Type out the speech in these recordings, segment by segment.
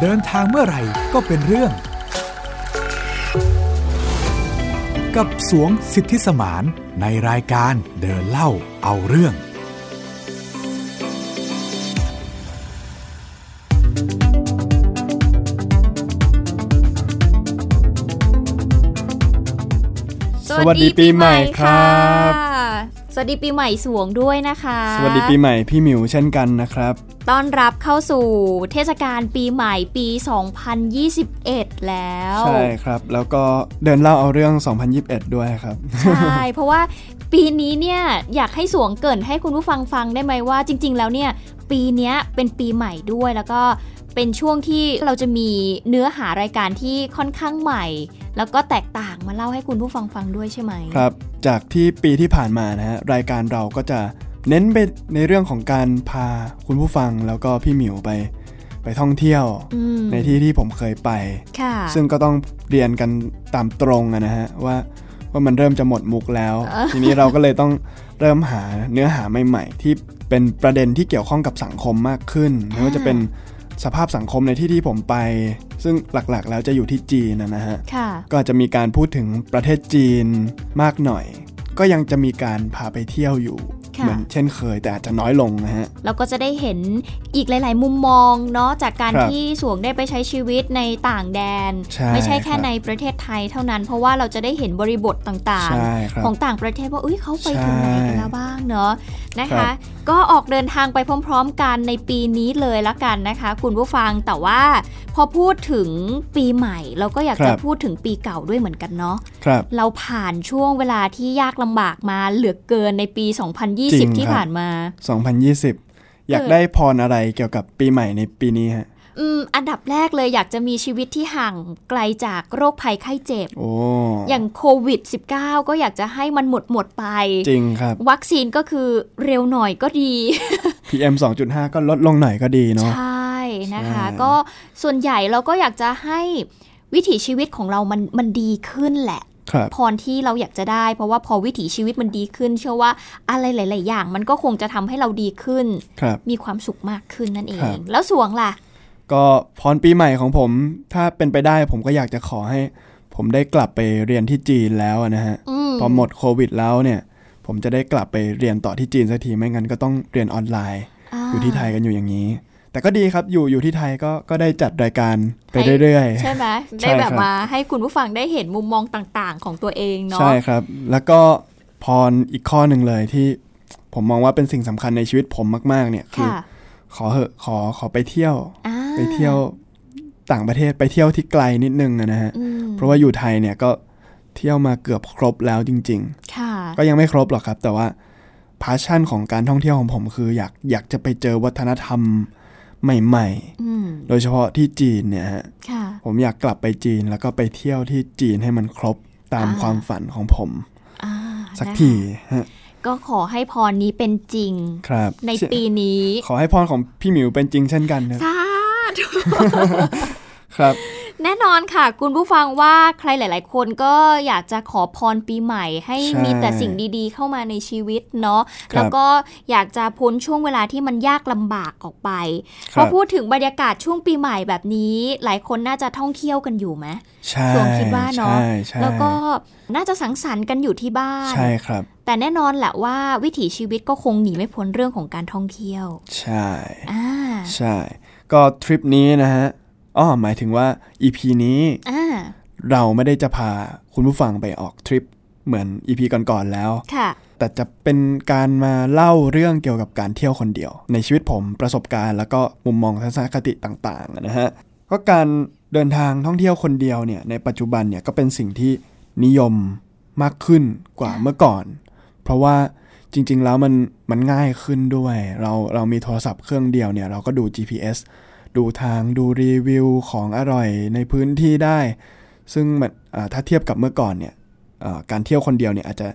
เดินทางเมื่อไหร่ก็เป็นเรื่อง กับสวงสิทธิสมานในรายการเดินเล่าเอาเรื่อง สวัสดีปีใหม่ครับ สวัสดีปีใหม่สวงด้วยนะคะ สวัสดีปีใหม่พี่หมิวเช่นกันนะครับ ต้อนรับเข้าสู่เทศกาลปีใหม่ปี 2021 แล้ว ใช่ครับ แล้วก็เดินเล่าเอาเรื่อง 2021 ด้วยครับ ใช่เพราะว่าปีนี้เนี่ยอยากให้สวงเกรินให้คุณผู้ฟังฟังได้ไหมว่า จริง ๆ แล้วเนี่ยปีเนี้ยเป็นปีใหม่ด้วยแล้วก็เป็นช่วงที่เราจะมีเนื้อหารายการที่ค่อนข้างใหม่ แล้วก็แตกต่างมาเล่าให้คุณผู้ฟังฟังด้วยใช่ไหม ครับ จากที่ปีที่ผ่านมานะฮะรายการเราก็จะเน้นไปในเรื่องของการพาคุณผู้ฟังแล้วก็พี่หมิวไป ไปท่องเที่ยว อืม ในที่ที่ผมเคยไป ค่ะ ซึ่งก็ต้องเรียนกันตามตรงอะนะฮะว่าว่ามันเริ่มจะหมดมุกแล้ว ทีนี้เราก็เลยต้องเริ่มหาเนื้อหาใหม่ๆ ที่เป็นประเด็นที่เกี่ยวข้องกับสังคมมากขึ้นไม่ว่าจะเป็นสภาพสังคมในที่ที่ผมไป ซึ่งหลักๆ แล้วจะอยู่ที่จีนนะนะฮะ ค่ะ ก็อาจจะมีการพูดถึงประเทศจีนมากหน่อย ก็ยังจะมีการพาไปเที่ยวอยู่ ค่ะ เหมือนเช่นเคยแต่อาจจะน้อยลงนะฮะ เราก็จะได้เห็นอีกหลาย ๆ มุมมองเนาะจากการ ครับ ที่สวงได้ไปใช้ชีวิตในต่างแดน ใช่ ไม่ใช่แค่ ครับ ในประเทศไทยเท่านั้น เพราะว่าเราจะได้เห็นบริบทต่าง ใช่ครับ ๆ ของต่างประเทศว่าอุ้ยเขาไปถึงไหนกันแล้วบ้างเนาะนะ ครั คะ บ ก็ออกเดินทางไปพร้อม ๆ กันในปีนี้เลยละกันนะคะ คุณผู้ฟังแต่ว่า พอพูดถึงปีใหม่ เราก็อยากจะพูดถึงปีเก่าด้วยเหมือนกันเนาะ ครับ เราผ่านช่วงเวลาที่ยากลำบากมาเหลือเกินในปี จริง 2020 ที่ ครับ ผ่านมา 2020 อยาก เออ ได้พรอะไรเกี่ยวกับปีใหม่ในปีนี้ฮะ อืมอันดับแรกเลยอยากจะมีชีวิตที่ห่างไกลจากโรคภัยไข้เจ็บ โอ้ อย่างโควิด -19 ก็อยากจะให้มันหมดหมดไป จริงครับ วัคซีนก็คือเร็วหน่อยก็ดี PM 2.5 ก็ลดลงหน่อยก็ดีเนาะ ใช่นะคะ ใช่ ก็ส่วนใหญ่เราก็อยากจะให้วิถีชีวิตของเรามันมันดีขึ้นแหละ ครับ พรที่เราอยากจะได้ เพราะว่าพอวิถีชีวิตมันดีขึ้น เชื่อว่าอะไรหลาย ๆ อย่าง มันก็คงจะทำให้เราดีขึ้น ครับ มีความสุขมากขึ้นนั่นเอ ครั ง บ แล้วสวงล่ะ ก็พรปีใหม่ของผม ถ้าเป็นไปได้ผมก็อยากจะขอให้ ผมได้กลับไปเรียนที่จีนแล้วอะนะฮะ อืม พอหมดโควิดแล้วเนี่ย ผมจะได้กลับไปเรียนต่อที่จีนสักทีไม่งั้นก็ต้องเรียนออนไลน์ อยู่ที่ไทยกันอยู่อย่างนี้ แต่ก็ดีครับอยู่อยู่ที่ไทยก็ก็ได้จัดรายการไปเรื่อยๆ ใช่ไหม ใช่ ได้คแบบรับ มาให้คุณผู้ฟังได้เห็นมุมมองต่างๆ ของตัวเองเนาะ ใช่ครับ แล้วก็พรอีกข้อหนึ่งเลยที่ผมมองว่าเป็นสิ่งสำคัญในชีวิตผมมาก ๆ เนี่ยคือ ค่ะ ขอเหอะขอขอไปเที่ยว อ่า ไปเที่ยวต่างประเทศไปเที่ยวที่ไกลนิดนึงอะนะฮะ อืม เพราะว่าอยู่ไทยเนี่ยก็เที่ยวมาเกือบครบแล้วจริง ค่ะ ๆ ก็ยังไม่ครบหรอกครับ แต่ว่าพาชั่นของการท่องเที่ยวของผมคืออยากอยากจะไปเจอวัฒนธรรมใหม่ อืม ๆ โดยเฉพาะที่จีนเนี่ยฮะ ค่ะ ผมอยากกลับไปจีนแล้วก็ไปเที่ยวที่จีนให้มันครบตาม อ่า ความฝันของผม อ่า สัก นะคะ ทีฮะ ก็ขอให้พรนี้เป็นจริง ครับ ในปีนี้ ขอให้พรของพี่หมิวเป็นจริงเช่นกันนะ สาธุ ครับ แน่นอนค่ะ คุณผู้ฟังว่าใครหลาย ๆ คนก็อยากจะขอพรปีใหม่ ให้ ใช่ มีแต่สิ่งดีๆ เข้ามาในชีวิตเนาะ ครับ แล้วก็อยากจะพ้นช่วงเวลาที่มันยากลำบากออกไป ค พอ รับ พูดถึงบรรยากาศช่วงปีใหม่แบบนี้ หลายคนน่าจะท่องเที่ยวกันอยู่ไหม ใช่ ส่วนคิดว่าเนอะ ใช่ใช่ แล้วก็น่าจะสังสรรค์กันอยู่ที่บ้าน ใช่ครับ แต่แน่นอนแหละว่าวิถีชีวิตก็คงหนีไม่พ้นเรื่องของการท่องเที่ยว ใช่ อ่า ใช่ ก็ทริปนี้นะฮะอ๋อหมายถึงว่า EP นี้ อ่า เราไม่ได้จะพาคุณผู้ฟังไปออกทริปเหมือน EP ก่อนๆแล้ว ค่ะ แต่จะเป็นการมาเล่าเรื่องเกี่ยวกับการเที่ยวคนเดียว ในชีวิตผมประสบการณ์แล้วก็มุมมองทัศนคติต่างๆอะนะฮะก็การเดินทางท่องเที่ยวคนเดียวเนี่ยในปัจจุบันเนี่ยก็เป็นสิ่งที่นิยมมากขึ้นกว่าเมื่อก่อน เพราะว่าจริงๆแล้วมันมันง่ายขึ้นด้วย เราเรามีโทรศัพท์เครื่องเดียวเนี่ยเราก็ดู GPS ดูทางดูรีวิวของอร่อยในพื้นที่ได้ ซึ่งมันอ่าถ้าเทียบกับเมื่อก่อนเนี่ยเอ่อการเที่ยวคนเดียวเนี่ยอาจจะ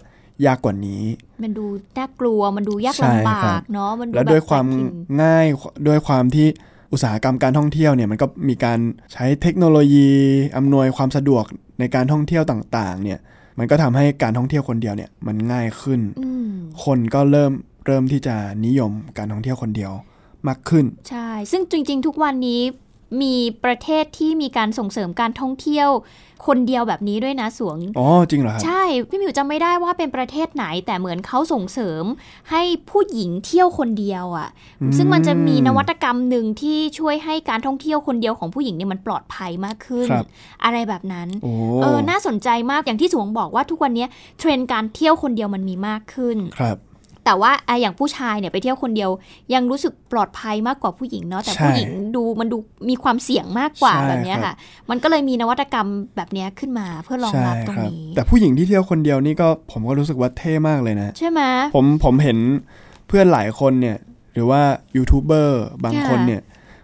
ยากกว่านี้ มันดูน่ากลัวมันดูยาก ใช่ ลำบา ครั ก บ เนาะมันดู และด้วยความ แปลกถิ่น ง่ายด้วยความที่อุตสาหกรรมการท่องเที่ยวเนี่ยมันก็มีการใช้เทคโนโลยีอำนวยความสะดวกในการท่องเที่ยวต่างๆเนี่ยมันก็ทำให้การท่องเที่ยวคนเดียวเนี่ยมันง่ายขึ้น อืม คนก็เริ่มเริ่มที่จะนิยมการท่องเที่ยวคนเดียวมากขึ้น ใช่ ซึ่งจริง ๆ ทุกวันนี้ มีประเทศที่มีการส่งเสริมการท่องเที่ยว คนเดียวแบบนี้ด้วยนะสวง อ๋อจริงเหรอครับ ใช่ พี่หมิวจำไม่ได้ว่าเป็นประเทศไหน แต่เหมือนเขาส่งเสริมให้ผู้หญิงเที่ยวคนเดียวอะ่ะ อืม ซึ่งมันจะมีนวัตกรรมหนึ่งที่ช่วยให้การท่องเที่ยวคนเดียวของผู้หญิงเนี่ยมันปลอดภัยมากขึ้น ครับ อะไรแบบนั้น โอ้ เออ น่าสนใจมากอย่างที่สวงบอกว่าทุกวันเนี้ยเทรนด์การเที่ยวคนเดียวมันมีมากขึ้น ครับ แต่ว่าอะอย่างผู้ชายเนี่ยไปเที่ยวคนเดียว ยังรู้สึกปลอดภัยมากกว่าผู้หญิงเนาะแต่ ใช่ ผู้หญิงดูมันดูมีความเสี่ยงมากกว่า ใช่ แบบเนี้ย ครับ ค่ะ มันก็เลยมีนวัตกรรมแบบเนี้ยขึ้นมาเพื่อรองรับตรง ใช่ค นี้ แต่ผู้หญิงที่เที่ยวคนเดียวนี่ก็ผมก็รู้สึกว่าเท่มากเลยนะ ใช่ไหม ผมผมเห็นเพื่อนหลายคนเนี่ยหรือว่ายูทูบเบอร์บาง ค่ะ คนเนี่ย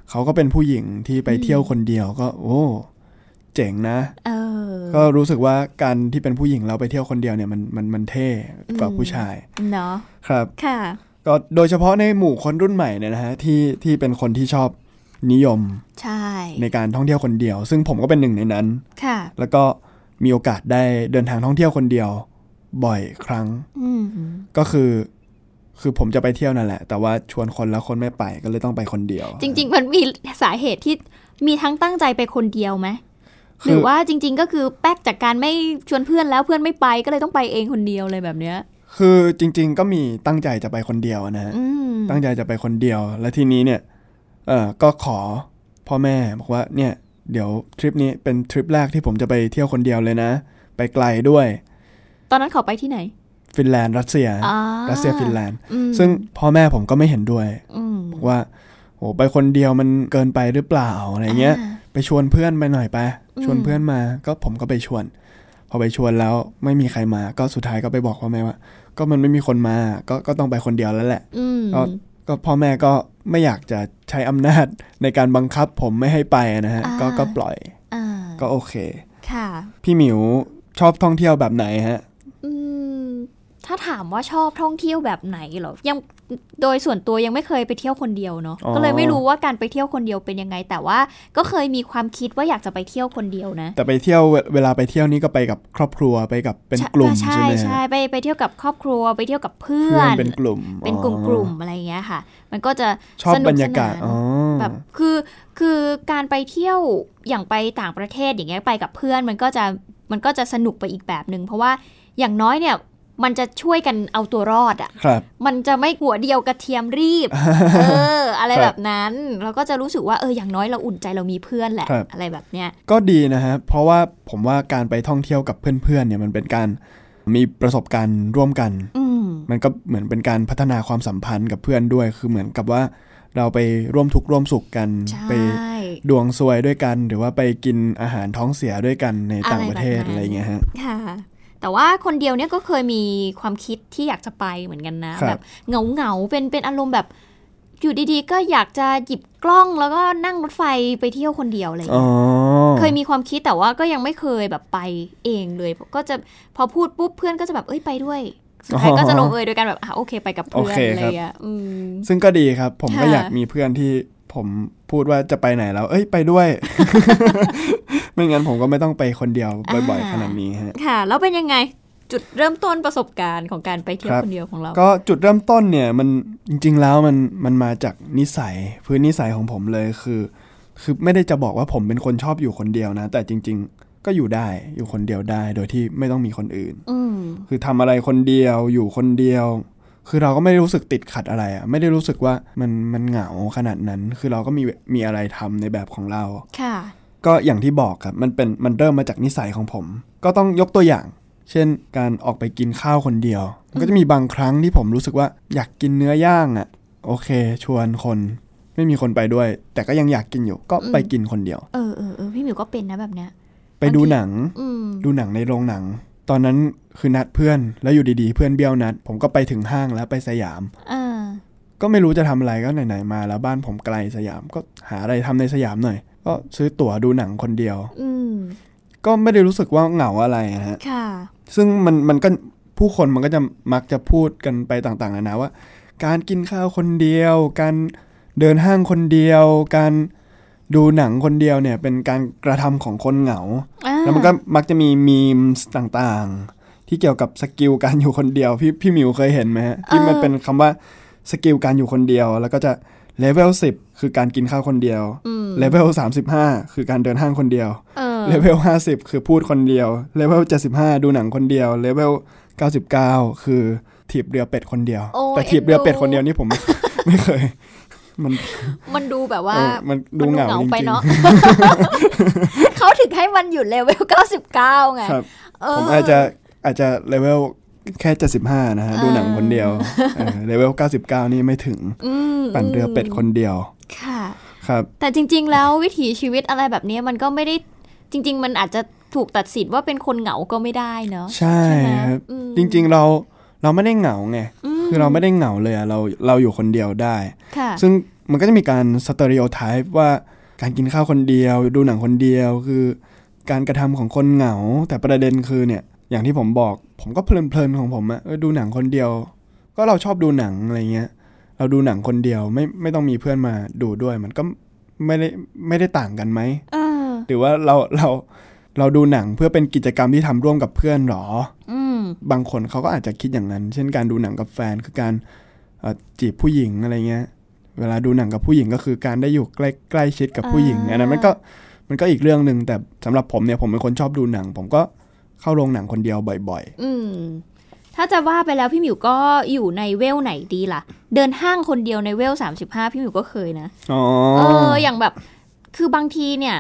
เขาก็เป็นผู้หญิงที่ไป อืม เที่ยวคนเดียวก็ โอ้ เจ๋งนะ เออ ก็รู้สึกว่าการที่เป็นผู้หญิงเราไปเที่ยวคนเดียวเนี่ยมันมันมันเท่กว่า อืม ผู้ชาย เนาะ ครับ ค่ะ ก็โดยเฉพาะในหมู่คนรุ่นใหม่เนี่ยนะฮะที่ที่เป็นคนที่ชอบนิยม ใช่ ในการท่องเที่ยวคนเดียว ซึ่งผมก็เป็นหนึ่งในนั้น ค่ะ แล้วก็มีโอกาสได้เดินทางท่องเที่ยวคนเดียวบ่อยครั้ง อืม ก็คือคือผมจะไปเที่ยวนั่นแหละ แต่ว่าชวนคนแล้วคนไม่ไปก็เลยต้องไปคนเดียว จริง ๆ มันมีสาเหตุที่มีทั้งตั้งใจไปคนเดียวไหม คื หรือว่าจริง ๆ ก็คือแป๊กจากการไม่ชวนเพื่อนแล้วเพื่อนไม่ไปก็เลยต้องไปเองคนเดียวเลยแบบเนี้ย คือจริง ๆ ก็มีตั้งใจจะไปคนเดียวนะฮะ อืม ตั้งใจจะไปคนเดียว และทีนี้เนี่ยเออก็ขอพ่อแม่บอกว่าเนี่ยเดี๋ยวทริปนี้เป็นทริปแรกที่ผมจะไปเที่ยวคนเดียวเลยนะ ไปไกลด้วย ตอนนั้นเขาไปที่ไหน ฟินแลนด์รัสเซีย อ่า รัสเซียฟินแลนด์ อืม ซึ่งพ่อแม่ผมก็ไม่เห็นด้วย อืม บอกว่าโหไปคนเดียวมันเกินไปหรือเปล่าอะไรเงี้ย า ไปชวนเพื่อนไปหน่อยไป อืม ชวนเพื่อนมาก็ผมก็ไปชวน พอไปชวนแล้วไม่มีใครมาก็สุดท้ายก็ไปบอกพ่อแม่ว่า ก็มันไม่มีคนมาก็ก็ต้องไปคนเดียวแล้วแหละ อืม ก็ก็พ่อแม่ก็ไม่อยากจะใช้อำนาจในการบังคับผมไม่ให้ไปนะฮะก็ก็ปล่อย อ่า ก็โอเค ค่ะ พี่หมิวชอบท่องเที่ยวแบบไหนฮะ อืมถ้าถามว่าชอบท่องเที่ยวแบบไหนเหรอยังโดยส่วนตัวยังไม่เคยไปเที่ยวคนเดียวเนาะ อ๋อ ก็เลยไม่รู้ว่าการไปเที่ยวคนเดียวเป็นยังไง แต่ว่าก็เคยมีความคิดว่าอยากจะไปเที่ยวคนเดียวนะ แต่ไปเที่ยวเวเวลาไปเที่ยวนี่ก็ไปกับครอบครัวไปกับเป็นกลุ่มใช่ ใช่ ไหมฮะ ใช่ไปไปเที่ยวกับครอบครัวไปเที่ยวกับเพื่ เพื่ อ อน น เป็นกลุ่ม เป็นกลุ่มกลุ่มๆอะไรอย่างเงี้ยค่ะ มันก็จะ ชอบ สนุ บรรยากาศ สนน อ๋อ แบบคือคือการไปเที่ยวอย่างไปต่างประเทศอย่างเงี้ยไปกับเพื่อนมันก็จะมันก็จะสนุกไปอีกแบบหนึ่งเพราะว่าอย่างน้อยเนี่ยมันจะช่วยกันเอาตัวรอดอะ่ะ ครับ มันจะไม่หัวเดียวกระเทียมรี บ เออ อะไร ครับ แบบนั้น เราก็จะรู้สึกว่าเอออย่างน้อยเราอุ่นใจเรามีเพื่อนแหละ ครับ อะไรแบบเนี้ย ก็ดีนะฮะ เพราะว่าผมว่าการไปท่องเที่ยวกับเพื่อนๆเนี่ยมันเป็นการมีประสบการณ์ร่วมกัน อืม มันก็เหมือนเป็นการพัฒนาความสัมพันธ์กับเพื่อนด้วย คือเหมือนกับว่าเราไปร่วมทุกข์ร่วมสุขกัน ใช่ ไปดวงซวยด้วยกัน หรือว่าไปกินอาหารท้องเสียด้วยกันในต่างประเทศ อะ อะไร แบบไรนั้นเงี้ยฮะ ค่ะ แต่ว่าคนเดียวเนี่ยก็เคยมีความคิดที่อยากจะไปเหมือนกันนะ ครับ แบบเหงาเหงาๆเป็นเป็นอารมณ์แบบอยู่ดีๆ ก็อยากจะหยิบกล้องแล้วก็นั่งรถไฟไปเที่ยวคนเดียวอะไรอย่าง อ๋อ เงี้ยเคยมีความคิดแต่ว่าก็ยังไม่เคยแบบไปเองเลย ก็จะพอพูดปุ๊บเพื่อนก็จะแบบเอ้ยไปด้วยสุดท้ายก็จะลงเอยโดยการแบบอ่ะโอเคไปกับเพื่อนอะไรอย่างเงี้ยอืม ซึ่งก็ดีครับ ผมก็ ค่ะ อยากมีเพื่อนที่ผมพูดว่าจะไปไหนแล้ว เอ้ยไปด้วย ไม่งั้นผมก็ไม่ต้องไปคนเดียวบ่อยๆขนาดนี้ฮะ ค่ะ แล้วเป็นยังไงจุดเริ่มต้นประสบการณ์ของการไปเที่ยควรับ คนเดียวของเรา ก็จุดเริ่มต้นเนี่ยมันจริง ๆ แล้วมันมันมาจากนิสัยพื้นนิสัยของผมเลยคือ คือไม่ได้จะบอกว่าผมเป็นคนชอบอยู่คนเดียวนะ แต่จริง ๆ ก็อยู่ได้อยู่คนเดียวได้ โดยที่ไม่ต้องมีคนอื่น อืม คือทำอะไรคนเดียวอยู่คนเดียว คือเราก็ไม่ได้รู้สึกติดขัดอะไรอะ่ะไม่ได้รู้สึกว่ามันมันเหงาขนาดนั้น คือเราก็มีมีอะไรทำในแบบของเรา ค่ะ ก็อย่างที่บอกครับมันเป็นมันเริ่มมาจากนิสัยของผม ก็ต้องยกตัวอย่าง เช่นการออกไปกินข้าวคนเดียว มันก็จะมีบางครั้งที่ผมรู้สึกว่าอยากกินเนื้อย่างอะ่ะ โอเค ชวนคน ไม่มีคนไปด้วย แต่ก็ยังอยากกินอยู่ ก็ไปกินคนเดียว เออเออเออพี่หมิวก็เป็นนะแบบเนี้ย ไปดูหนัง อืม ดูหนังในโรงหนัง ตอนนั้นคือนัดเพื่อนแล้วอยู่ดีๆ เพื่อนเบี้ยวนัด ผมก็ไปถึงห้างแล้วไปสยาม อ่า ก็ไม่รู้จะทำอะไรก็ไหนๆมา แล้วบ้านผมไกลสยามก็หาอะไรทำในสยามหน่อย ก็ซื้อตั๋วดูหนังคนเดียว อืม ก็ไม่ได้รู้สึกว่าเหงาอะไรนะฮะ ค่ะ ซึ่งมันมันก็ผู้คนมันก็จะมักจะพูดกันไปต่างๆนานาว่า การกินข้าวคนเดียว การเดินห้างคนเดียว การดูหนังคนเดียวเนี่ยเป็นการกระทำของคนเหงา อ่า แล้วมันก็มักจะมีมีมต่างๆ ที่เกี่ยวกับสกิลการอยู่คนเดียวพี่พี่หมิวเคยเห็นไหมฮะที่มันเป็นคำว่าสกิลการอยู่คนเดียว แล้วก็จะ เลเวล10 คือการกินข้าวคนเดียว อืม เลเวล35 คือการเดินห้างคนเดียว เออ เลเวล50 คือพูดคนเดียว เลเวล75 ดูหนังคนเดียว เลเวล99 คือถีบเรือเป็ดคนเดียว โอ้ย แต่ถีบเรือเป็ด เอ็นดู คนเดียวนี่ผม ไม่เคย มัน มันดูแบบว่า เออมันดูเหงาจริ ไป ง เนาะ เขาถึงให้มันอยู่เลเวล 99 ไง ๆครับ เ ผมอาจจะอาจจะเลเวลแค่75นะฮะ ดูหนังคนเดียวเออเลเวล99 นี่ไม่ถึง อืม ปั่นเรือเป็ดคนเดียว ค่ะ ครับ แต่จริง ๆ แล้ววิถีชีวิตอะไรแบบเนี้ยมันก็ไม่ได้จริง ๆ มันอาจจะถูกตัดสินว่าเป็นคนเหงาก็ไม่ได้เนาะ ใช่ ใช่ไหม ครับ อืม จริงๆเราเราไม่ได้เหงาไงคือเราไม่ได้เหงาเลยอะเราเราอยู่คนเดียวได้ ค่ะ ซึ่งมันก็จะมีการสเตอริโอไทป์ว่าการกินข้าวคนเดียว ดูหนังคนเดียวคือการกระทำของคนเหงา แต่ประเด็นคือเนี่ยอย่างที่ผมบอกผมก็เพลินๆของผมอะเออดูหนังคนเดียว ก็เราชอบดูหนังอะไรเงี้ยเราดูหนังคนเดียวไม่ไม่ต้องมีเพื่อนมาดูด้วย มันก็ไม่ได้ไม่ได้ต่างกันไหม เออ หรือว่าเราเราเราดูหนังเพื่อเป็นกิจกรรมที่ทำร่วมกับเพื่อนหรอ อืม บางคนเขาก็อาจจะคิดอย่างนั้น เช่นการดูหนังกับแฟนคือการเอ่อจีบผู้หญิงอะไรเงี้ย เวลาดูหนังกับผู้หญิงก็คือการได้อยู่ใกล้ใกล้ชิดกับผู้หญิง อ่า อันนั้นมันก็มันก็อีกเรื่องหนึ่งแต่สำหรับผมเนี่ยผมเป็นคนชอบดูหนัง ผมก็เข้าโรงหนังคนเดียวบ่อย อืม ถ้าจะว่าไปแล้วพี่หมิวก็อยู่ในเวลไหนดีล่ะ เดินห้างคนเดียวในเวล 35 พี่หมิวก็เคยนะ ๆอ๋อ เออ อย่างแบบ คือบางทีเนี่ย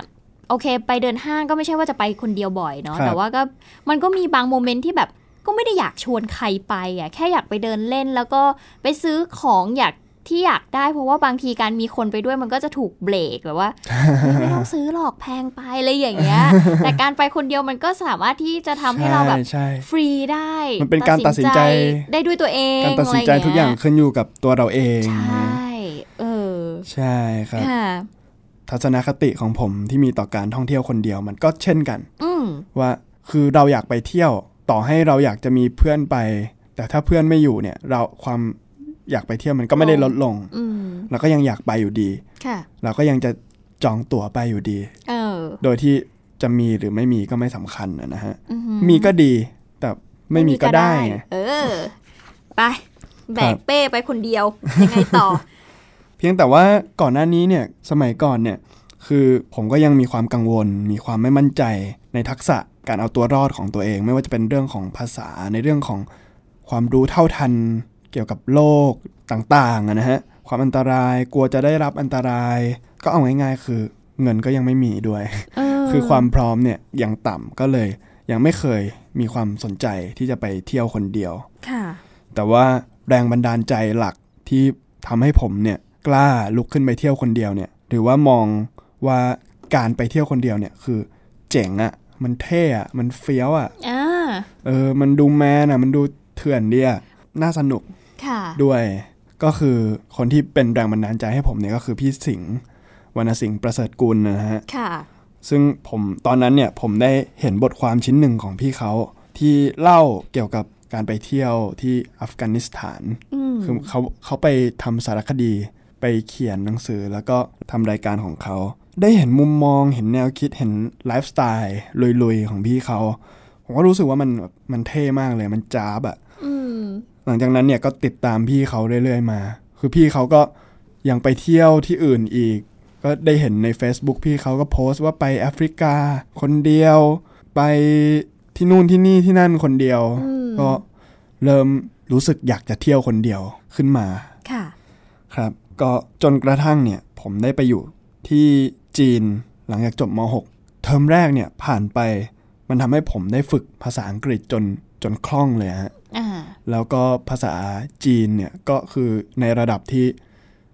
โอเค ไปเดินห้างก็ไม่ใช่ว่าจะไปคนเดียวบ่อยเนาะ แต่ว่าก็ มันก็มีบางโมเมนต์ที่แบบ ก็ไม่ได้อยากชวนใครไปอ่ะ แค่อยากไปเดินเล่น แล้วก็ไปซื้อของอยากที่อยากได้ เพราะว่าบางทีการมีคนไปด้วยมันก็จะถูกเบรกแบบว่า เฮ้ยไม่ต้องซื้อหรอกแพงไปอะไรอย่างเงี้ ย แต่การไปคนเดียวมันก็สามารถที่จะทำให้เราแบบ ใช่ ฟรีได้ มันเป็นการตัดสินใจ ได้ด้วยตัวเอง การตัดสินใจทุกอย่างขึ้นอยู่กับตัวเราเอง ใช่เออ ใช่ครับ ค่ะ ทัศนคติของผมที่มีต่อการท่องเที่ยวคนเดียวมันก็เช่นกัน อืม ว่าคือเราอยากไปเที่ยวต่อให้เราอยากจะมีเพื่อนไป แต่ถ้าเพื่อนไม่อยู่เนี่ยเราความอยากไปเที่ยวมันก็ไม่ได้ลดลง อืม เราก็ยังอยากไปอยู่ดี ค่ะ เราก็ยังจะจองตั๋วไปอยู่ดี เออ โดยที่จะมีหรือไม่มีก็ไม่สำคัญนะนะฮะ อือหือ มีก็ดีแต่ไม่มีก็ได้ไง เออ ไป แบ ครั ก บ เป้ไปคนเดียว ยังไงต่อ เพียงแต่ว่าก่อนหน้านี้เนี่ยสมัยก่อนเนี่ยคือผมก็ยังมีความกังวล มีความไม่มั่นใจในทักษะการเอาตัวรอดของตัวเอง ไม่ว่าจะเป็นเรื่องของภาษาในเรื่องของความรู้เท่าทันเกี่ยวกับโลกต่างๆอะนะฮะความอันตรายกลัวจะได้รับอันตราย ก็เอาง่ายๆ คือเงินก็ยังไม่มีด้วย เออ คือความพร้อมเนี่ยยังต่ำก็เลย ยังไม่เคยมีความสนใจที่จะไปเที่ยวคนเดียว ค่ะ แต่ว่าแรงบันดาลใจหลักที่ทำให้ผมเนี่ยกล้าลุกขึ้นไปเที่ยวคนเดียวเนี่ยหรือว่ามองว่าการไปเที่ยวคนเดียวเนี่ยคือเจ๋งอะมันเท่อะมันเฟี้ยวอะ อ่า เออมันดูแมนอะมันดูเถื่อนดีอะน่าสนุก ค่ะ ด้วย ก็คือคนที่เป็นแรงบันดาลใจให้ผมเนี่ยก็คือพี่สิงห์วรรณสิงห์ประเสริฐกุลนะฮะ ค่ะ ซึ่งผมตอนนั้นเนี่ยผมได้เห็นบทความชิ้นหนึ่งของพี่เขา ที่เล่าเกี่ยวกับการไปเที่ยวที่อัฟกานิสถาน อืม คือเขาเขาไปทำสารคดี ไปเขียนหนังสือแล้วก็ทำรายการของเขา ได้เห็นมุมมองเห็นแนวคิดเห็นไลฟ์สไตล์ลุยๆ ของพี่เขา ผมก็รู้สึกว่ามันแบบมันเท่มากเลยมันจ้าบอะ อืม หลังจากนั้นเนี่ยก็ติดตามพี่เขาเรื่อยๆมา คือพี่เขาก็ยังไปเที่ยวที่อื่นอีก ก็ได้เห็นใน Facebook พี่เขาก็โพสต์ว่าไปแอฟริกา คนเดียว ไปที่นู่นที่นี่ที่นั่นคนเดียว ก็เริ่มรู้สึกอยากจะเที่ยวคนเดียวขึ้นมา ค่ะ ครับก็จนกระทั่งเนี่ยผมได้ไปอยู่ที่จีนหลังจากจบม .6 เทอมแรกเนี่ยผ่านไปมันทำให้ผมได้ฝึกภาษาอังกฤษจนจนคล่องเลยฮะ อ่า แล้วก็ภาษาจีนเนี่ยก็คือในระดับที่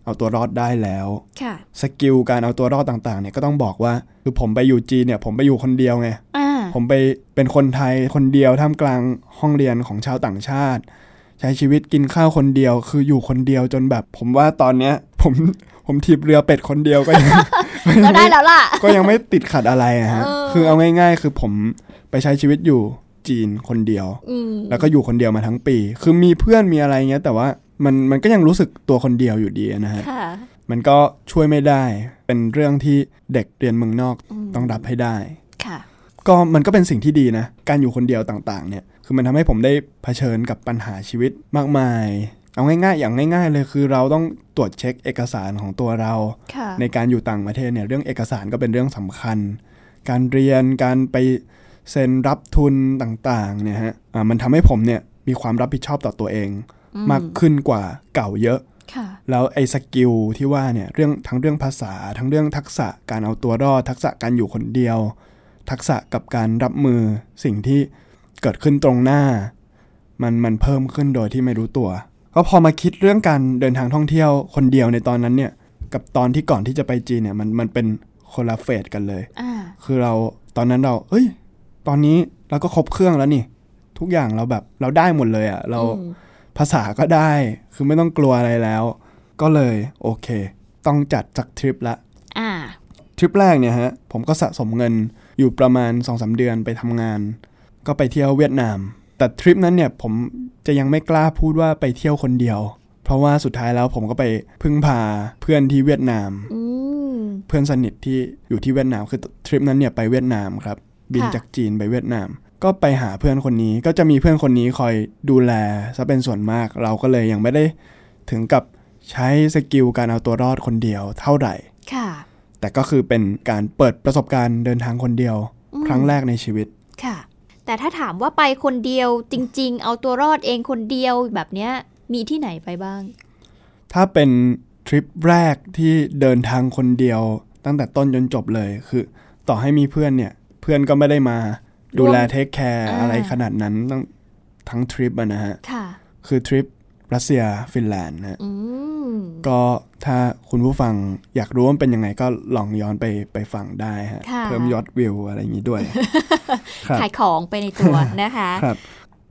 เอาตัวรอดได้แล้ว ค่ะ สกิลการเอาตัวรอดต่างๆเนี่ยก็ต้องบอกว่าคือผมไปอยู่จีนเนี่ยผมไปอยู่คนเดียวไง อ่า ผมไปเป็นคนไทยคนเดียวท่ามกลางห้องเรียนของชาวต่างชาติ ใช้ชีวิตกินข้าวคนเดียว คืออยู่คนเดียวจนแบบ ผมว่าตอนเนี้ย ผมผมทีบเรือเป็ดคนเดียวก็ ยัง ก็ได้แล้วล่ะ ก็ยังไม่ติดขัดอะไรอะฮะ เออ คือเอาง่าย ๆ คือผมไปใช้ชีวิตอยู่จีนคนเดียว อืม แล้วก็อยู่คนเดียวมาทั้งปี คือมีเพื่อนมีอะไรเงี้ยแต่ว่ามันมันก็ยังรู้สึกตัวคนเดียวอยู่ดีนะฮะ ค่ะ มันก็ช่วยไม่ได้ เป็นเรื่องที่เด็กเรียนเมืองนอกต้องรับให้ได้ ค่ะ ก็มันก็เป็นสิ่งที่ดีนะ การอยู่คนเดียวต่างๆเนี่ย คือมันทำให้ผมได้เผชิญกับปัญหาชีวิตมากมาย เอาง่ายๆ อย่างง่าย ๆ เลยคือเราต้องตรวจเช็คเอกสารของตัวเรา ค่ะ ในการอยู่ต่างประเทศเนี่ยเรื่องเอกสารก็เป็นเรื่องสำคัญ การเรียนการไปเซ็นรับทุนต่างๆเนี่ยฮะอ่ามันทำให้ผมเนี่ยมีความรับผิดชอบต่อตัวเอง มากขึ้นกว่าเก่าเยอะ ค่ะ แล้วไอ้สกิลที่ว่าเนี่ยเรื่องทั้งเรื่องภาษาทั้งเรื่องทักษะการเอาตัวรอด ทักษะการอยู่คนเดียว ทักษะกับการรับมือสิ่งที่เกิดขึ้นตรงหน้า มันมันเพิ่มขึ้นโดยที่ไม่รู้ตัวก็พอมาคิดเรื่องการเดินทางท่องเที่ยวคนเดียวในตอนนั้นเนี่ยกับตอนที่ก่อนที่จะไปจีนเนี่ยมันมันเป็นคนละเฟสกันเลย อ่า คือเราตอนนั้นเรา เอ้ย ตอนนี้เราก็ครบเครื่องแล้วนี่ ทุกอย่างเราแบบเราได้หมดเลยอะ่ะ เรา อืม ภาษาก็ได้ คือไม่ต้องกลัวอะไรแล้ว ก็เลยโอเค ต้องจัดสักทริปละ อ่า ทริปแรกเนี่ยฮะ ผมก็สะสมเงินอยู่ประมาณ2อสเดือนไปทำงาน ก็ไปเที่ยวเวียดนาม แต่ทริปนั้นเนี่ยผมจะยังไม่กล้าพูดว่าไปเที่ยวคนเดียว เพราะว่าสุดท้ายแล้วผมก็ไปพึ่งพาเพื่อนที่เวียดนาม อืม เพื่อนสนิทที่อยู่ที่เวียดนามคือทริปนั้นเนี่ยไปเวียดนามครับ บิน ค่ะ จากจีนไปเวียดนาม ก็ไปหาเพื่อนคนนี้ก็จะมีเพื่อนคนนี้คอยดูแลซะเป็นส่วนมาก เราก็เลยยังไม่ได้ถึงกับใช้สกิลการเอาตัวรอดคนเดียวเท่าไหร่ ค่ะ แต่ก็คือเป็นการเปิดประสบการณ์เดินทางคนเดียว อืม ครั้งแรกในชีวิต ค่ะ แต่ถ้าถามว่าไปคนเดียวจริง ๆ เอาตัวรอดเองคนเดียวแบบเนี้ย มีที่ไหนไปบ้าง ถ้าเป็นทริปแรกที่เดินทางคนเดียว ตั้งแต่ต้นจนจบเลยคือต่อให้มีเพื่อนเนี่ย เพื่อนก็ไม่ได้มาดูแล ร่วม เทคแคร์ อ่า อะไรขนาดนั้นตั้งทั้งทริปอะนะฮะ ค่ะ คือทริปรัสเซียฟินแลนด์นะฮะ อืม ก็ถ้าคุณผู้ฟังอยากรู้ว่ามันเป็นยังไงก็ลองย้อนไปไปฟังได้ฮะ ค่ะ เพิ่มยอดวิวอะไรอย่างนี้ ด้วย ครับ ขายของไปในตัวนะคะ ครับ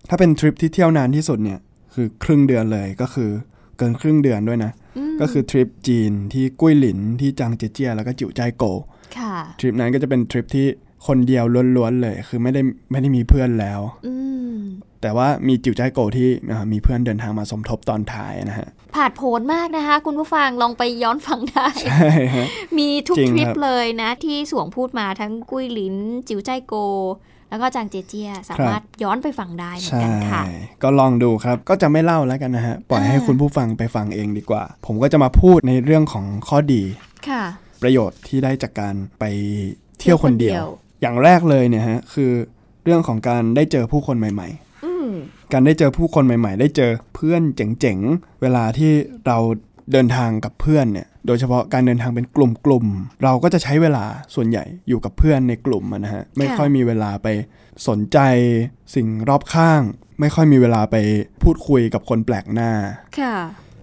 ถ้าเป็นทริปที่เที่ยวนานที่สุดเนี่ยคือครึ่งเดือนเลยก็คือเกินครึ่งเดือนด้วยนะ อืม ก็คือทริปจีนที่กุ้ยหลินที่จางเจยเจีย แล้วก็จิ๋วใจายโกว ค่ะ ทริปนั้นก็จะเป็นทริปที่คนเดียวล้วนๆเลย คือไม่ได้ไม่ได้มีเพื่อนแล้ว อืม แต่ว่ามีจิ๋วใจายโกวที่อ่ามีเพื่อนเดินทางมาสมทบตอนท้ายนะ ฮะ ผ่านโผนมากนะคะ คุณผู้ฟังลองไปย้อนฟังได้ ใช่ฮะ มีทุก จริง ทริป ครับ เลยนะ ที่สวงพูดมาทั้งกุ้ยหลิน จิ๋วใจายโก แล้วก็จางเจยเจีย สามารถย้อนไปฟังได้เหมือน ใช่ กันค่ะ ก็ลองดูครับ ก็จะไม่เล่าแล้วกันนะฮะ ปล่อยให้ อ่า คุณผู้ฟังไปฟังเองดีกว่า ผมก็จะมาพูดในเรื่องของข้อดี ค่ะ ประโยชน์ที่ได้จากการไปเที่ยวคนเดียว เที่ยวคนเดียว อย่างแรกเลยเนี่ยฮะ คือเรื่องของการได้เจอผู้คนใหม่ อืม ๆ การได้เจอผู้คนใหม่ ๆ ได้เจอเพื่อนเจ๋งๆ เวลาที่เราเดินทางกับเพื่อนเนี่ย โดยเฉพาะการเดินทางเป็นกลุ่มๆ เราก็จะใช้เวลาส่วนใหญ่อยู่กับเพื่อนในกลุ่มอะนะฮะ ไม่ ค่ะ ค่อยมีเวลาไปสนใจสิ่งรอบข้าง ไม่ค่อยมีเวลาไปพูดคุยกับคนแปลกหน้า ค่ะ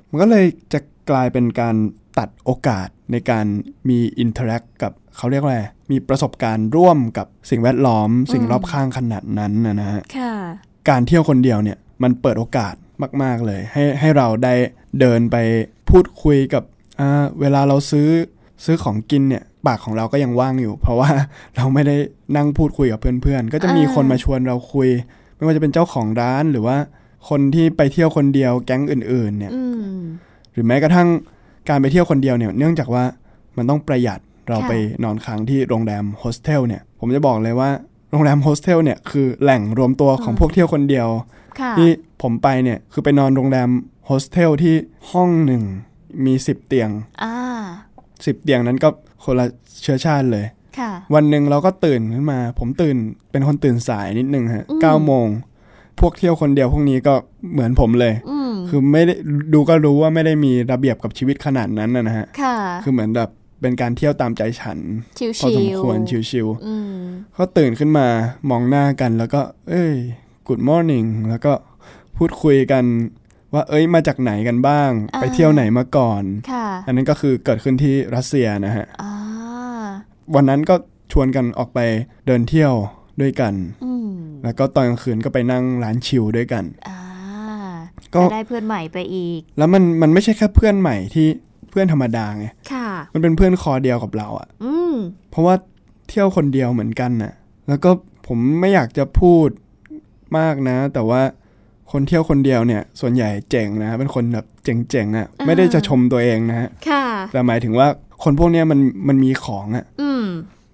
มันก็เลยจะกลายเป็นการตัดโอกาสในการมีอินเทอร์แอคกับเขาเรียกว่าอะไรมีประสบการณ์ร่วมกับสิ่งแวดล้อม สิ่งรอบข้างขนาดนั้นนะนะฮะ ค่ะ การเที่ยวคนเดียวเนี่ยมันเปิดโอกาสมาก ๆ เลย ให้ให้เราได้เดินไปพูดคุยกับอ่าเวลาเราซื้อซื้อของกินเนี่ยปากของเราก็ยังว่างอยู่ เพราะว่า เราไม่ได้นั่งพูดคุยกับเพื่อนๆ ก็จะมี อ่า คนมาชวนเราคุย ไม่ว่าจะเป็นเจ้าของร้านหรือว่าคนที่ไปเที่ยวคนเดียวแก๊งอื่นๆเนี่ย อืม หรือแม้กระทั่งการไปเที่ยวคนเดียวเนี่ยเนื่องจากว่ามันต้องประหยัดเรา ค่ะ ไปนอนค้างที่โรงแรมโฮสเทลเนี่ยผมจะบอกเลยว่าโรงแรมโฮสเทลเนี่ยคือแหล่งรวมตัวของพวกเที่ยวคนเดียว ค่ะ ที่ผมไปเนี่ยคือไปนอนโรงแรมโฮสเทลที่ห้องหนึ่งมี 10 เตียง อ่า 10 เตียงนั้นก็คนละเชื้อชาติเลย ค่ะ วันหนึ่งเราก็ตื่นขึ้นมา ผมตื่นเป็นคนตื่นสายนิดนึงฮะ อืม เก้าโมง พวกเที่ยวคนเดียวพวกนี้ก็เหมือนผมเลย อืม คือไม่ได้ดูก็รู้ว่าไม่ได้มีระเบียบกับชีวิตขนาดนั้นนะนะฮะ ค่ะ คือเหมือนแบบเป็นการเที่ยวตามใจฉัน ชิว พอสมควร ๆ ชิว อืม ๆก็ตื่นขึ้นมามองหน้ากันแล้วก็ เอ้ย good morning แล้วก็พูดคุยกันว่า เอ้ยมาจากไหนกันบ้าง อ่า ไปเที่ยวไหนมาก่อน ค่ะ อันนั้นก็คือเกิดขึ้นที่รัสเซียนะฮะ อ่า วันนั้นก็ชวนกันออกไปเดินเที่ยวด้วยกัน อืม แล้วก็ตอนกลางคืนก็ไปนั่งร้านชิลด้วยกัน อ่า ก็ จะได้เพื่อนใหม่ไปอีก แล้วมันมันไม่ใช่แค่เพื่อนใหม่ที่เพื่อนธรรมดาไง ค่ะ มันเป็นเพื่อนคอเดียวกับเราอะ อืม เพราะว่าเที่ยวคนเดียวเหมือนกันน่ะ แล้วก็ผมไม่อยากจะพูดมากนะ แต่ว่าคนเที่ยวคนเดียวเนี่ย ส่วนใหญ่เจ๋งนะ เป็นคนแบบเจ๋งๆอะ่ะ อ่า ไม่ได้จะชมตัวเองนะฮะ ค่ะ แต่หมายถึงว่าคนพวกเนี้ยมันมันมีของอะ่ะ อืม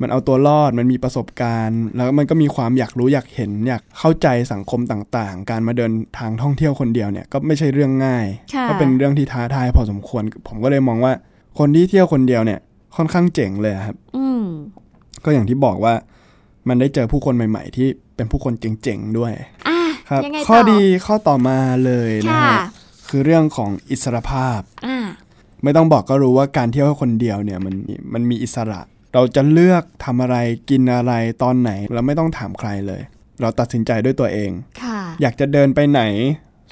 มันเอาตัวรอดมันมีประสบการณ์ แล้วมันก็มีความอยากรู้อยากเห็น อยากเข้าใจสังคมต่างๆ การมาเดินทางท่องเที่ยวคนเดียวเนี่ยก็ไม่ใช่เรื่องง่าย ค่ะ ก็เป็นเรื่องที่ท้าทายพอสมควร ผมก็เลยมองว่าคนที่เที่ยวคนเดียวเนี่ยค่อนข้างเจ๋งเลยครับ อืม ก็อย่างที่บอกว่ามันได้เจอผู้คนใหม่ ๆ ที่เป็นผู้คนเจ๋งๆด้วย อ่ะ ครับ ยังไงต่อ ข้อดีข้อต่อมาเลยนะ ค่ะ ฮะคือเรื่องของอิสรภาพ อ่า ไม่ต้องบอกก็รู้ว่าการเที่ยวคนเดียวเนี่ยมันมันมีอิสระ เราจะเลือกทำอะไรกินอะไรตอนไหน เราไม่ต้องถามใครเลย เราตัดสินใจด้วยตัวเอง ค่ะ อยากจะเดินไปไหน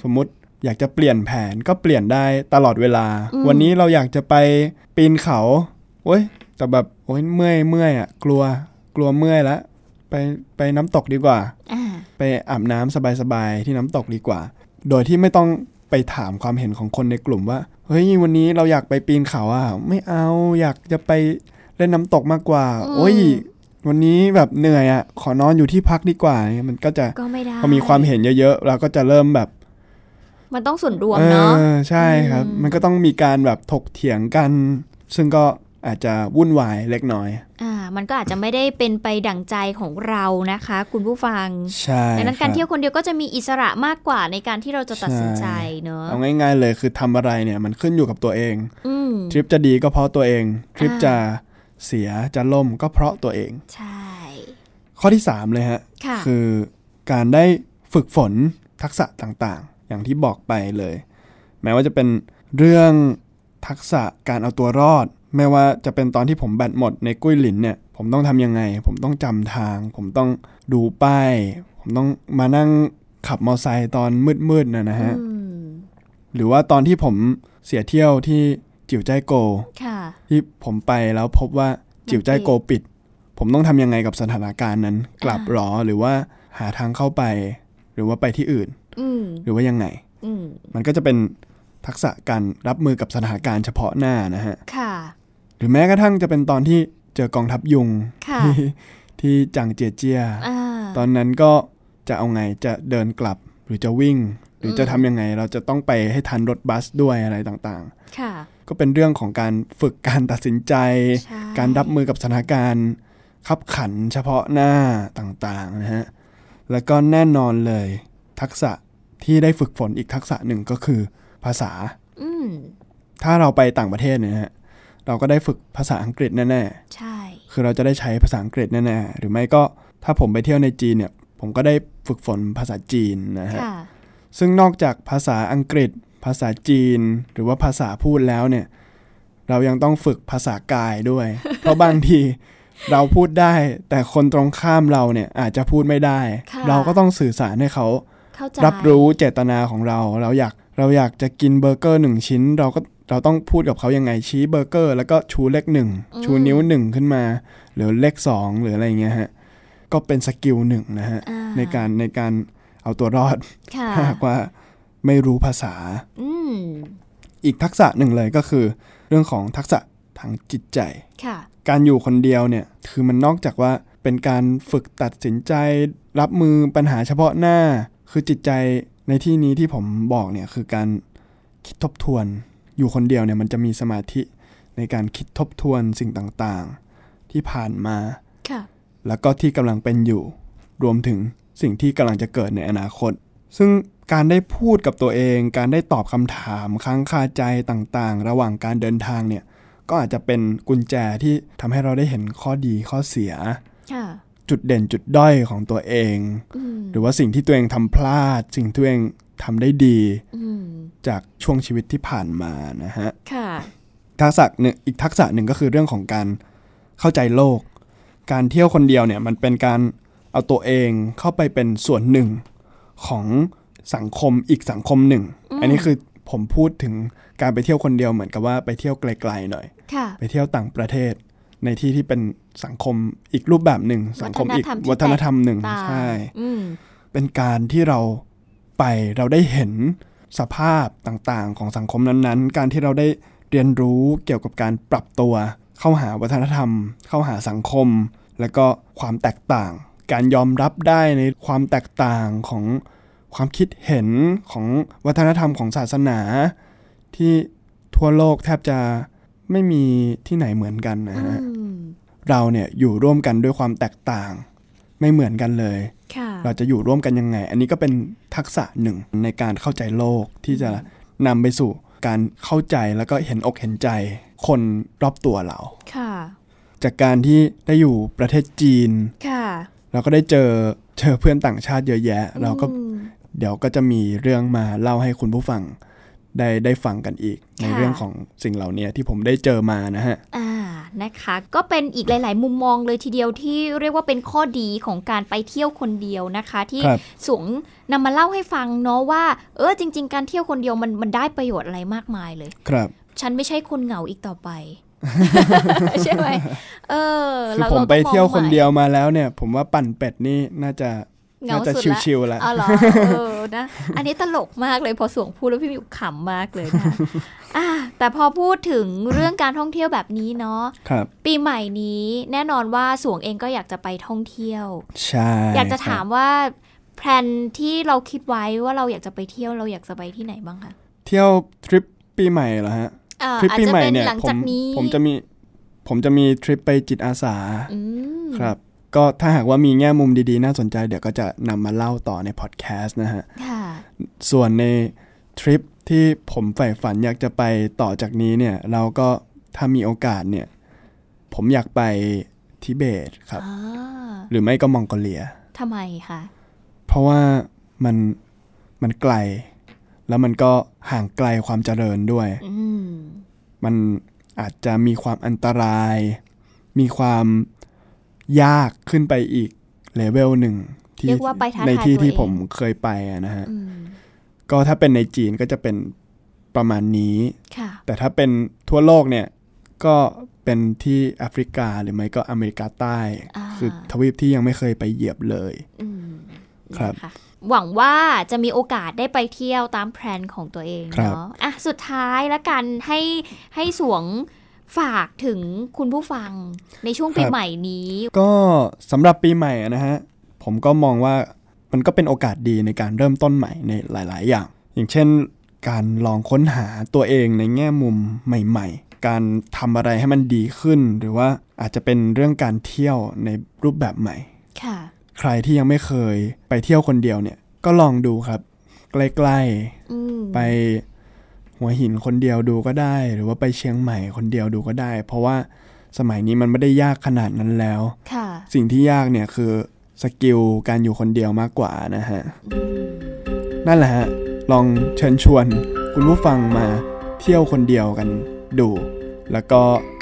สมมุติอยากจะเปลี่ยนแผนก็เปลี่ยนได้ตลอดเวลา อืม วันนี้เราอยากจะไปปีนเขาโอ้ยแต่แบบโอ้ยเมื่อยเมื่อยอ่ะกลัวกลัวเมื่อยละไปไปน้ำตกดีกว่า อ่า ไปอาบน้ำสบายๆที่น้ำตกดีกว่า โดยที่ไม่ต้องไปถามความเห็นของคนในกลุ่มว่าเฮ้ยวันนี้เราอยากไปปีนเขาอ่ะไม่เอาอยากจะไปเล่นน้ำตกมากกว่า โอ้ย วันนี้แบบเหนื่อยอ่ะขอนอนอยู่ที่พักดีกว่าเนี่ยมันก็จะ ก็ไม่ได้ พอมีความเห็นเยอะๆ เราก็จะเริ่มแบบ มันต้องส่วนรวมเนาะ ออใช่ครับ อืม มันก็ต้องมีการแบบถกเถียงกัน ซึ่งก็อาจจะวุ่นวายเล็กน้อย อ่า มันก็อาจจะไม่ได้เป็นไปดั่งใจของเรานะคะ คุณผู้ฟัง ใช่ ดังนั้นการ คบ เที่ยวคนเดียวก็จะมีอิสระมากกว่าในการที่เราจะตัดสินใจ ใช่ เนาะ เอาง่ายๆเลยคือทำอะไรเนี่ยมันขึ้นอยู่กับตัวเอง อืม ทริปจะดีก็เพราะตัวเอง ทริป อ่า จะเสียจะล่มก็เพราะตัวเอง ใช่ ข้อที่ 3 เลยฮะ ค่ะ อการได้ฝึกฝนทักษะต่างๆ อย่างที่บอกไปเลย แม้ว่าจะเป็นเรื่องทักษะการเอาตัวรอด แม้ว่าจะเป็นตอนที่ผมแบตหมดในกุ้ยหลินเนี่ย ผมต้องทำยังไง ผมต้องจำทาง ผมต้องดูป้าย ผมต้องมานั่งขับมอเตอร์ไซค์ตอนมืดๆนะนะฮะ อืม หรือว่าตอนที่ผมเสียเที่ยวที่จิ๋วใจายโก ค่ะ ที่ผมไปแล้วพบว่าจิ๋วใจายโกปิด ผมต้องทำยังไงกับสถานการณ์นั้น กลับหรอหรือว่าหาทางเข้าไป หรือว่าไปที่อื่น อืม หรือว่ายังไง อืม มันก็จะเป็นทักษะการรับมือกับสถานการณ์เฉพาะหน้านะฮะ ค่ะ หรือแม้กระทั่งจะเป็นตอนที่เจอกองทัพยุง ค่ะ ที่ที่จังเจียเจีย อ่า ตอนนั้นก็จะเอาไงจะเดินกลับหรือจะวิ่ง หรือจะทำยังไงเราจะต้องไปให้ทันรถบัสด้วยอะไรต่างๆ ค่ะ ก็เป็นเรื่องของการฝึกการตัดสินใจ ใช่ การรับมือกับสถานการณ์ขับขันเฉพาะหน้าต่างๆนะฮะ แล้วก็แน่นอนเลย ทักษะที่ได้ฝึกฝนอีกทักษะหนึ่งก็คือภาษา อืม ถ้าเราไปต่างประเทศเนี่ยนะฮะ เราก็ได้ฝึกภาษาอังกฤษแน่ ใช่ ๆ คือเราจะได้ใช้ภาษาอังกฤษแน่ๆ หรือไม่ก็ถ้าผมไปเที่ยวในจีนเนี่ย ผมก็ได้ฝึกฝนภาษาจีนนะฮะ ค่ะ ซึ่งนอกจากภาษาอังกฤษ ภาษาจีน หรือว่าภาษาพูดแล้วเนี่ย เรายังต้องฝึกภาษากาย ด้วย เพราะบางทีเราพูดได้ แต่คนตรงข้ามเราเนี่ยอาจจะพูดไม่ได้ ค่ะ เราก็ต้องสื่อสารให้เขา เข้าใจ รับรู้เจตนาของเรา เราอยากเราอยากจะกินเบอร์เกอร์หนึ่งชิ้น เราก็เราต้องพูดกับเขายังไงชี้เบอร์เกอร์ แล้วก็ชูเลขหนึ่งชูนิ้วหนึ่งขึ้นมา หรือเลขสองหรืออะไรอย่างเงี้ยฮะก็เป็นสกิลหนึ่งนะฮะ อ่า ในการในการเอาตัวรอด ค่ะ ถ้าหากว่าไม่รู้ภาษา อืม อีกทักษะหนึ่งเลยก็คือ เรื่องของทักษะทางจิตใจ ค่ะ การอยู่คนเดียวเนี่ยคือมันนอกจากว่าเป็นการฝึกตัดสินใจ รับมือปัญหาเฉพาะหน้า คือจิตใจในที่นี้ที่ผมบอกเนี่ยคือการคิดทบทวน อยู่คนเดียวเนี่ยมันจะมีสมาธิในการคิดทบทวนสิ่งต่างๆ ที่ผ่านมา ค่ะ แล้วก็ที่กำลังเป็นอยู่ รวมถึงสิ่งที่กำลังจะเกิดในอนาคต ซึ่งการได้พูดกับตัวเอง การได้ตอบคำถามค้างคาใจต่างๆ ระหว่างการเดินทางเนี่ย ก็อาจจะเป็นกุญแจที่ทำให้เราได้เห็นข้อดีข้อเสีย ค่ะ จุดเด่นจุดด้อยของตัวเอง อืม หรือว่าสิ่งที่ตัวเองทำพลาด สิ่งที่ตัวเองทำได้ดี อืม จากช่วงชีวิตที่ผ่านมานะฮะ ค่ะ ทักษะหนึ่งอีกทักษะหนึ่งก็คือเรื่องของการเข้าใจโลก การเที่ยวคนเดียวเนี่ยมันเป็นการเอาตัวเองเข้าไปเป็นส่วนหนึ่งของสังคมอีกสังคมหนึ่ง อันนี้คือผมพูดถึงการไปเที่ยวคนเดียวเหมือนกับว่าไปเที่ยวไกลๆหน่อย ค่ะ ไปเที่ยวต่างประเทศ ในที่ที่เป็นสังคมอีกรูปแบบหนึ่ง สังคมอีก วั วั ฒ ฒ น น ธ ธ ร รรรม ม ที่แตก หนึ่งใช่ อืม เป็นการที่เราไปเราได้เห็นสภาพต่างๆ ของสังคมนั้นๆ การที่เราได้เรียนรู้เกี่ยวกับการปรับตัว เข้าหาวัฒนธรรม เข้าหาสังคม แล้วก็ความแตกต่าง การยอมรับได้ในความแตกต่างของความคิดเห็นของวัฒนธรรมของศาสนา ที่ทั่วโลกแทบจะไม่มีที่ไหนเหมือนกันนะ อื ฮะ ม เราเนี่ยอยู่ร่วมกันด้วยความแตกต่าง ไม่เหมือนกันเลย ค่ะ เราจะอยู่ร่วมกันยังไง อันนี้ก็เป็นทักษะหนึ่งในการเข้าใจโลกที่จะนำไปสู่การเข้าใจแล้วก็เห็นอกเห็นใจ คนรอบตัวเรา ค่ะ จากการที่ได้อยู่ประเทศจีน ค่ะ เราก็ได้เจอเจอเพื่อนต่างชาติเยอะแยะ เราก็ อืม เดี๋ยวก็จะมีเรื่องมาเล่าให้คุณผู้ฟังได้ได้ฟังกันอีก ใน ค่ะ เรื่องของสิ่งเหล่านี้ที่ผมได้เจอมานะฮะ อ่านะคะ ก็เป็นอีกหลาย ๆ มุมมองเลยทีเดียวที่เรียกว่าเป็นข้อดีของการไปเที่ยวคนเดียวนะคะ ที่ ครับ สวงนำมาเล่าให้ฟังเนาะว่า เออจริง ๆ การเที่ยวคนเดียวมันมันได้ประโยชน์อะไรมากมายเลย ครับ ฉันไม่ใช่คนเหงาอีกต่อไป ใช่ไหมเออ คือ รา ผม รา ไปเที่ยว ต้องมอคงน ใหม่ เดียวมาแล้วเนี่ย ผมว่าปั่นเป็ดนี่น่าจะ เหงา น่าจะ สุดละ ชิวๆแล้ว อ๋อเหรอเออนะอันนี้ตลกมากเลยพอสวงพูดแล้วพี่มิวขำมากเลยนะคะอ่าแต่พอพูดถึงเรื่องการท่องเที่ยวแบบนี้เนาะ ครับ ปีใหม่นี้แน่นอนว่าสวงเองก็อยากจะไปท่องเที่ยว ใช่ อยากจะ ค ถา รับ มว่าแพลนที่เราคิดไว้ว่าเราอยากจะไปเที่ยวเราอยากจะไปที่ไหนบ้างคะ เที่ยวทริปปีใหม่เหรอฮะ เอ่อ ทริป อาจ ปี จะ ใหม่ เป็น เนี่ย หลัง ผ จาม กนี้ ผมจะมีผมจะมีทริปไปจิตอาสา อืม ครับ ก็ถ้าหากว่ามีแง่มุมดีๆ น่าสนใจเดี๋ยวก็จะนำมาเล่าต่อในพอดแคสต์นะฮะ ค่ะ ส่วนในทริปที่ผมใฝ่ฝันอยากจะไปต่อจากนี้เนี่ย เราก็ถ้ามีโอกาสเนี่ย ผมอยากไปทิเบตครับ อ่า หรือไม่ก็มองโกเลีย ทำไมคะ เพราะว่ามันมันไกล แล้วมันก็ห่างไกลความเจริญด้วย อืม มันอาจจะมีความอันตราย มีความยากขึ้นไปอีกเลเวลหนึ่งที่ เรียกว่าไปท้า ใน ทาย ที่ ตัว ที่ เอ ผม ง เคยไปอะนะฮะ อืม ก็ถ้าเป็นในจีนก็จะเป็นประมาณนี้ ค่ะ แต่ถ้าเป็นทั่วโลกเนี่ย ก็เป็นที่แอฟริกาหรือไม่ก็อเมริกาใต้ า คือทวีปที่ยังไม่เคยไปเหยียบเลย อืม ครับ นะคะหวังว่าจะมีโอกาสได้ไปเที่ยวตามแพลนของตัวเองเนาะอ่ะสุดท้ายละกันให้ให้สวงฝากถึงคุณผู้ฟังในช่วงปีใหม่นี้ ก็สำหรับปีใหม่อะนะฮะ ผมก็มองว่ามันก็เป็นโอกาสดีในการเริ่มต้นใหม่ในหลาย ๆ อย่าง อย่างเช่น การลองค้นหาตัวเองในแง่มุมใหม่ ๆ การทำอะไรให้มันดีขึ้น หรือว่าอาจจะเป็นเรื่องการเที่ยวในรูปแบบใหม่ ค่ะ ใครที่ยังไม่เคยไปเที่ยวคนเดียวเนี่ย ก็ลองดูครับ ใกล้ อืม ๆ ไปหัวหินคนเดียวดูก็ได้ หรือว่าไปเชียงใหม่คนเดียวดูก็ได้ เพราะว่าสมัยนี้มันไม่ได้ยากขนาดนั้นแล้ว ค่ะ สิ่งที่ยากเนี่ยคือสกิลการอยู่คนเดียวมากกว่านะฮะ อืม นั่นแหละฮะ ลองเชิญชวนคุณผู้ฟังมาเที่ยวคนเดียวกันดู แล้วก็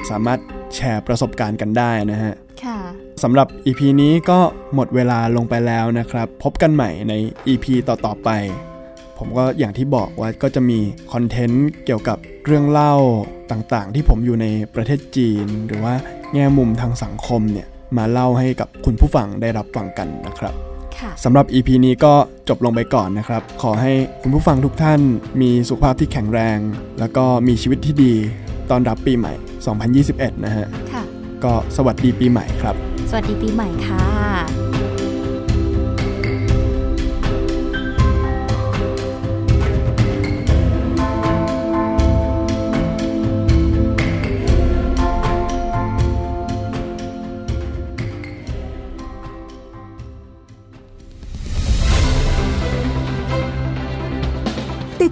สามารถแชร์ประสบการณ์กันได้นะฮะ ค่ะ สำหรับ EP นี้ก็หมดเวลาลงไปแล้วนะครับ พบกันใหม่ใน EP ต่อๆไป ผมก็อย่างที่บอกว่าก็จะมีคอนเทนต์เกี่ยวกับเรื่องเล่าต่างๆ ที่ผมอยู่ในประเทศจีน หรือว่าแง่มุมทางสังคมเนี่ยมาเล่าให้กับคุณผู้ฟังได้รับฟังกันนะครับ ค่ะ สำหรับ EP นี้ก็จบลงไปก่อนนะครับ ขอให้คุณผู้ฟังทุกท่านมีสุขภาพที่แข็งแรง แล้วก็มีชีวิตที่ดีตอนรับปีใหม่ 2021 นะฮะ ค่ะ ก็สวัสดีปีใหม่ครับ สวัสดีปีใหม่ค่ะ ติด